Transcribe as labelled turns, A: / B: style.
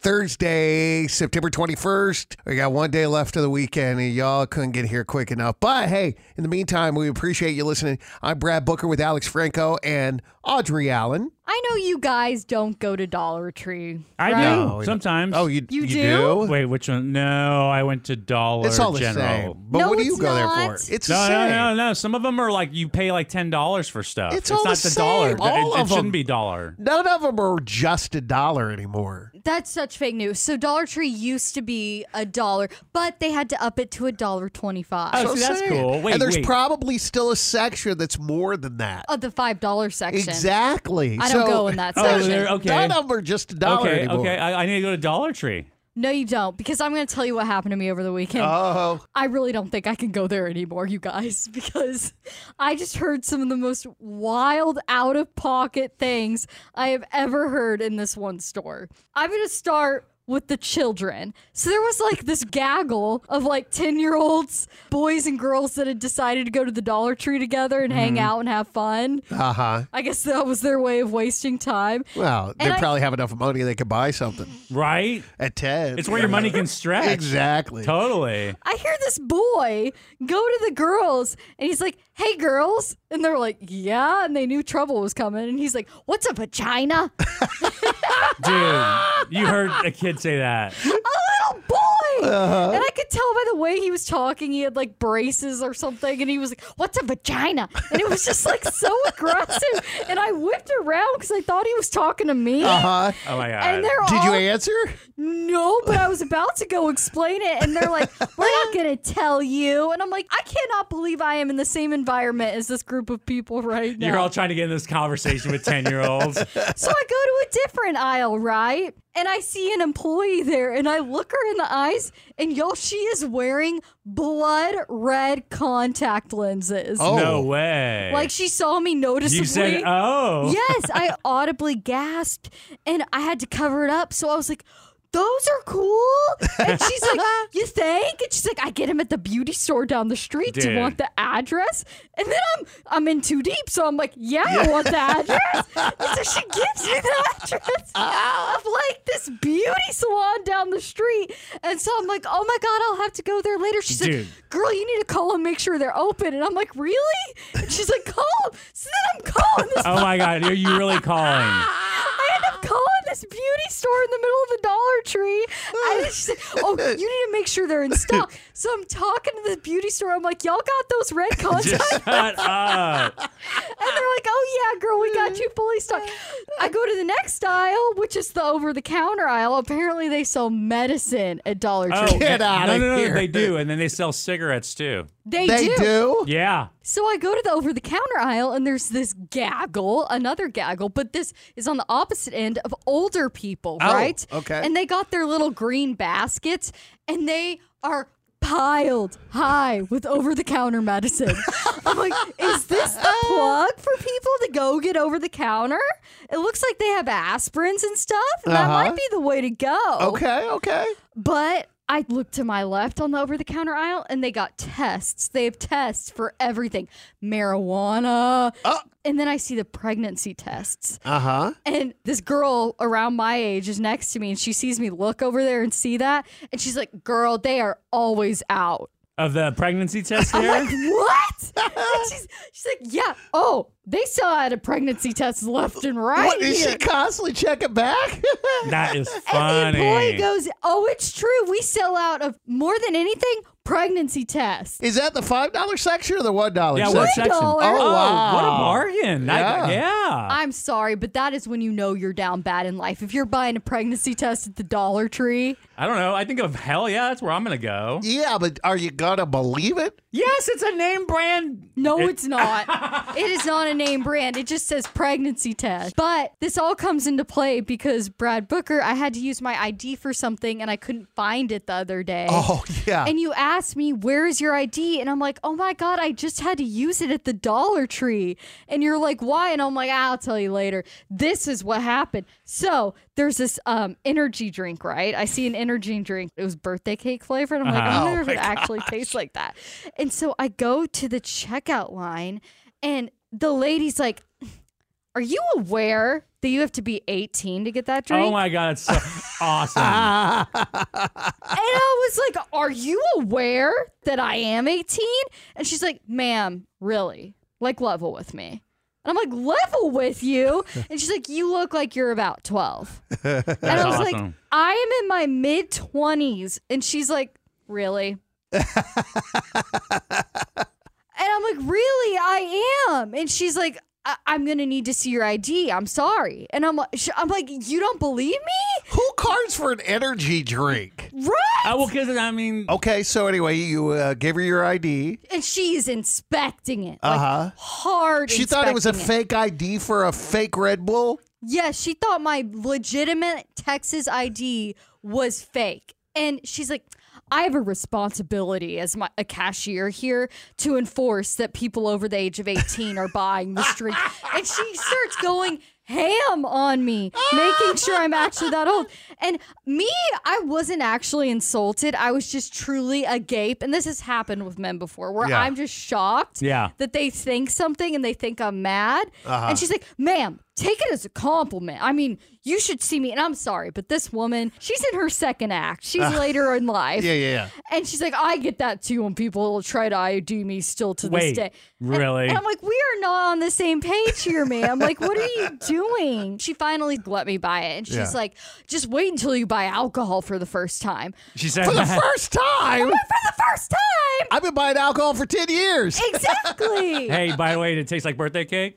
A: Thursday, September 21st. We got one day left of the weekend, and y'all couldn't get here quick enough. But hey, in the meantime, we appreciate you listening. I'm Brad Booker with Alex Franco and Audrey Allen.
B: I know you guys don't go to Dollar Tree.
C: I
B: right?
C: do sometimes.
A: Oh, you,
B: You
A: you
B: do?
C: wait, which one? No, I went to Dollar
A: It's all the
C: General.
A: same. But
B: No,
A: what do
B: it's
A: you go there
B: not.
A: for? It's the
C: No, no,
A: same.
C: no, no. Some of them are like you pay like ten dollars for stuff.
A: It's all
C: not
A: the
C: the, dollar.
A: same.
C: It-
A: All
C: it,
A: of them.
C: shouldn't be dollar.
A: None of them are just a dollar anymore.
B: That's such fake news. So Dollar Tree used to be a dollar, but they had to up it to a dollar twenty-five
C: Oh,
A: So
C: see, that's
A: sad.
C: cool. Wait,
A: and there's
C: wait.
A: probably still a section that's more than that.
B: of the five dollar Oh, section.
A: Exactly.
B: I don't
A: So-
B: go in that
C: Oh,
B: section.
C: there- okay.
A: None of them are just a dollar
C: okay,
A: anymore.
C: okay. I, I need to go to Dollar Tree.
B: No, you don't, because I'm going to tell you what happened to me over the weekend.
A: Oh.
B: I really don't think I can go there anymore, you guys, because I just heard some of the most wild, out of pocket things I have ever heard in this one store. I'm going to start with the children. So there was like this gaggle of like 10 year olds, boys and girls that had decided to go to the Dollar Tree together and hang out and have fun.
A: Uh huh.
B: I guess that was their way of wasting time.
A: Well, they
B: And I-
A: probably have enough money they could buy something
C: Right?
A: at ten.
C: It's where your money can stretch.
A: Exactly.
C: Totally.
B: I hear this boy go to the girls and he's like, Hey, girls. And they're like, Yeah. And they knew trouble was coming. And he's like, What's a vagina?
C: Dude, you heard a kid say that.
B: a little boy. And I could tell by the way he was talking, he had like braces or something. And he was like, What's a vagina? And it was just like so aggressive. And I whipped around because I thought he was talking to me.
A: Uh huh.
C: Oh my god.
B: And they're
A: Did you
B: all
A: answer?
B: no, but I was about to go explain it, and they're like, "We're not gonna tell you." And I'm like, "I cannot believe I am in the same environment as this group of people right now."
C: You're all trying to get in this conversation with ten year olds.
B: so I go to a different aisle, right? And I see an employee there, and I look her in the eyes, and y'all, she is wearing blood red contact lenses.
A: Oh.
C: No way.
B: Like she saw me noticeably.
C: you said, oh.
B: yes, I audibly gasped and I had to cover it up. So I was like, those are cool. And she's like, you think? And she's like, I get them at the beauty store down the street. Do you
C: Dude.
B: want the address? And then I'm I'm in too deep. So I'm like, yeah, I want the address. and so she gives me the address of like this beauty salon down the street. And so I'm like, oh my God, I'll have to go there later. She's
C: Dude.
B: like, girl, you need to call and make sure they're open. And I'm like, really? And she's like, call 'em." So then I'm calling this
C: Oh my god, are you really calling?
B: I end up calling this beauty store in the middle of the Dollar Tree. And she's like, oh, you need to make sure they're in stock. So I'm talking to the beauty store. I'm like, y'all got those red contacts?
C: Shut up.
B: And they're like, oh, yeah, girl, we got you fully stocked. I go to the next aisle, which is the over the counter aisle. Apparently, they sell medicine at Dollar Tree.
C: Oh,
A: Get
C: no,
A: outta
C: no, no,
A: here.
C: They do, and then they sell cigarettes too.
B: They,
A: They do.
C: Yeah.
B: So I go to the over the counter aisle and there's this gaggle, another gaggle, but this is on the opposite end of older people,
A: Oh,
B: right?
A: okay.
B: And they got their little green baskets and they are piled high with over the counter medicine. I'm like, is this the plug for people to go get over the counter? It looks like they have aspirins and stuff. and That
A: Uh-huh.
B: might be the way to go.
A: Okay. Okay.
B: But I looked to my left on the over the counter aisle and they got tests. They have tests for everything marijuana. And then I see the pregnancy tests.
A: Uh huh.
B: And this girl around my age is next to me and she sees me look over there and see that. And she's like, girl, they are always out.
C: of the pregnancy test
B: I'm
C: there.
B: like, what? And she's, she's like, yeah. Oh, they still had a pregnancy test left and right.
A: What is
B: here.
A: she constantly checking back?
C: that is
B: And the employee
C: funny.
B: goes, oh, it's true. We sell out of more than anything pregnancy tests.
A: is that the five dollar section or the one dollar?
C: yeah, what
A: section?
C: section?
B: Oh,
C: Oh,
A: wow.
C: what a bargain!
A: Yeah.
C: I- yeah.
B: I'm sorry, but that is when you know you're down bad in life. If you're buying a pregnancy test at the Dollar Tree,
C: I don't know. I think of hell yeah, that's where I'm gonna go.
A: Yeah, but are you gonna believe it?
C: Yes, it's a name brand.
B: no, it's not. it is not a name brand. It just says pregnancy test. But this all comes into play because Brad Booker, I had to use my ID for something and I couldn't find it the other day.
A: Oh yeah.
B: And you asked me, where is your ID? And I'm like, oh my God, I just had to use it at the Dollar Tree. And you're like, why? And I'm like, I'll tell you later. This is what happened. So there's this um, energy drink, right? I see an energy drink. It was birthday cake flavored. I'm like, I
C: Uh-huh.
B: wonder if it actually tastes like that. And so I go to the checkout line, and the lady's like, are you aware that you have to be 18 to get that drink?
C: Oh my god, it's so awesome.
B: And I was like, Are you aware that I am 18? And she's like, Ma'am, really? Like, level with me. And I'm like, Level with you? And she's like, You look like you're about 12. and I was like,
C: awesome.
B: I am in my mid 20s. And she's like, Really? And I'm like, really? I am. And she's like, I- I'm gonna need to see your ID. I'm sorry. And I'm like, sh- I'm like, you don't believe me,
A: Who cards for an energy drink?
B: right?
C: I will because Uh, I mean,
A: Okay, so anyway, you uh, gave her your ID.
B: and she's inspecting it like
A: Uh-huh.
B: hard.
A: She thought it was a
B: inspecting
A: fake ID for a fake Red Bull.
B: Yeah, she thought my legitimate Texas ID was fake, and she's like, "I have a responsibility as my a cashier here to enforce that people over the age of eighteen are buying this drink," and she starts going. Ham on me, making sure I'm actually that old. And me, I wasn't actually insulted. I was just truly agape. And this has happened with men before where
A: Yeah.
B: I'm just shocked
C: Yeah.
B: that they think something and they think I'm mad.
A: Uh-huh.
B: And she's like, ma'am, take it as a compliment. I mean, you should see me. And I'm sorry, but this woman, she's in her second act. She's later in life.
A: Uh-huh. Yeah, yeah, yeah.
B: And she's like, I get that too when people try to ID me still to
C: Wait,
B: this day. And-
C: really?
B: And I'm like, we are not on the same page here, ma'am. Like, what are you doing? She finally let me buy it. And she's
A: Yeah.
B: like, just wait until you buy alcohol for the first time.
C: she said
A: For the
C: that.
A: first time,
B: But for the first time!
A: I've been buying alcohol for ten years.
B: Exactly.
C: Hey, by the way, did it taste like birthday cake?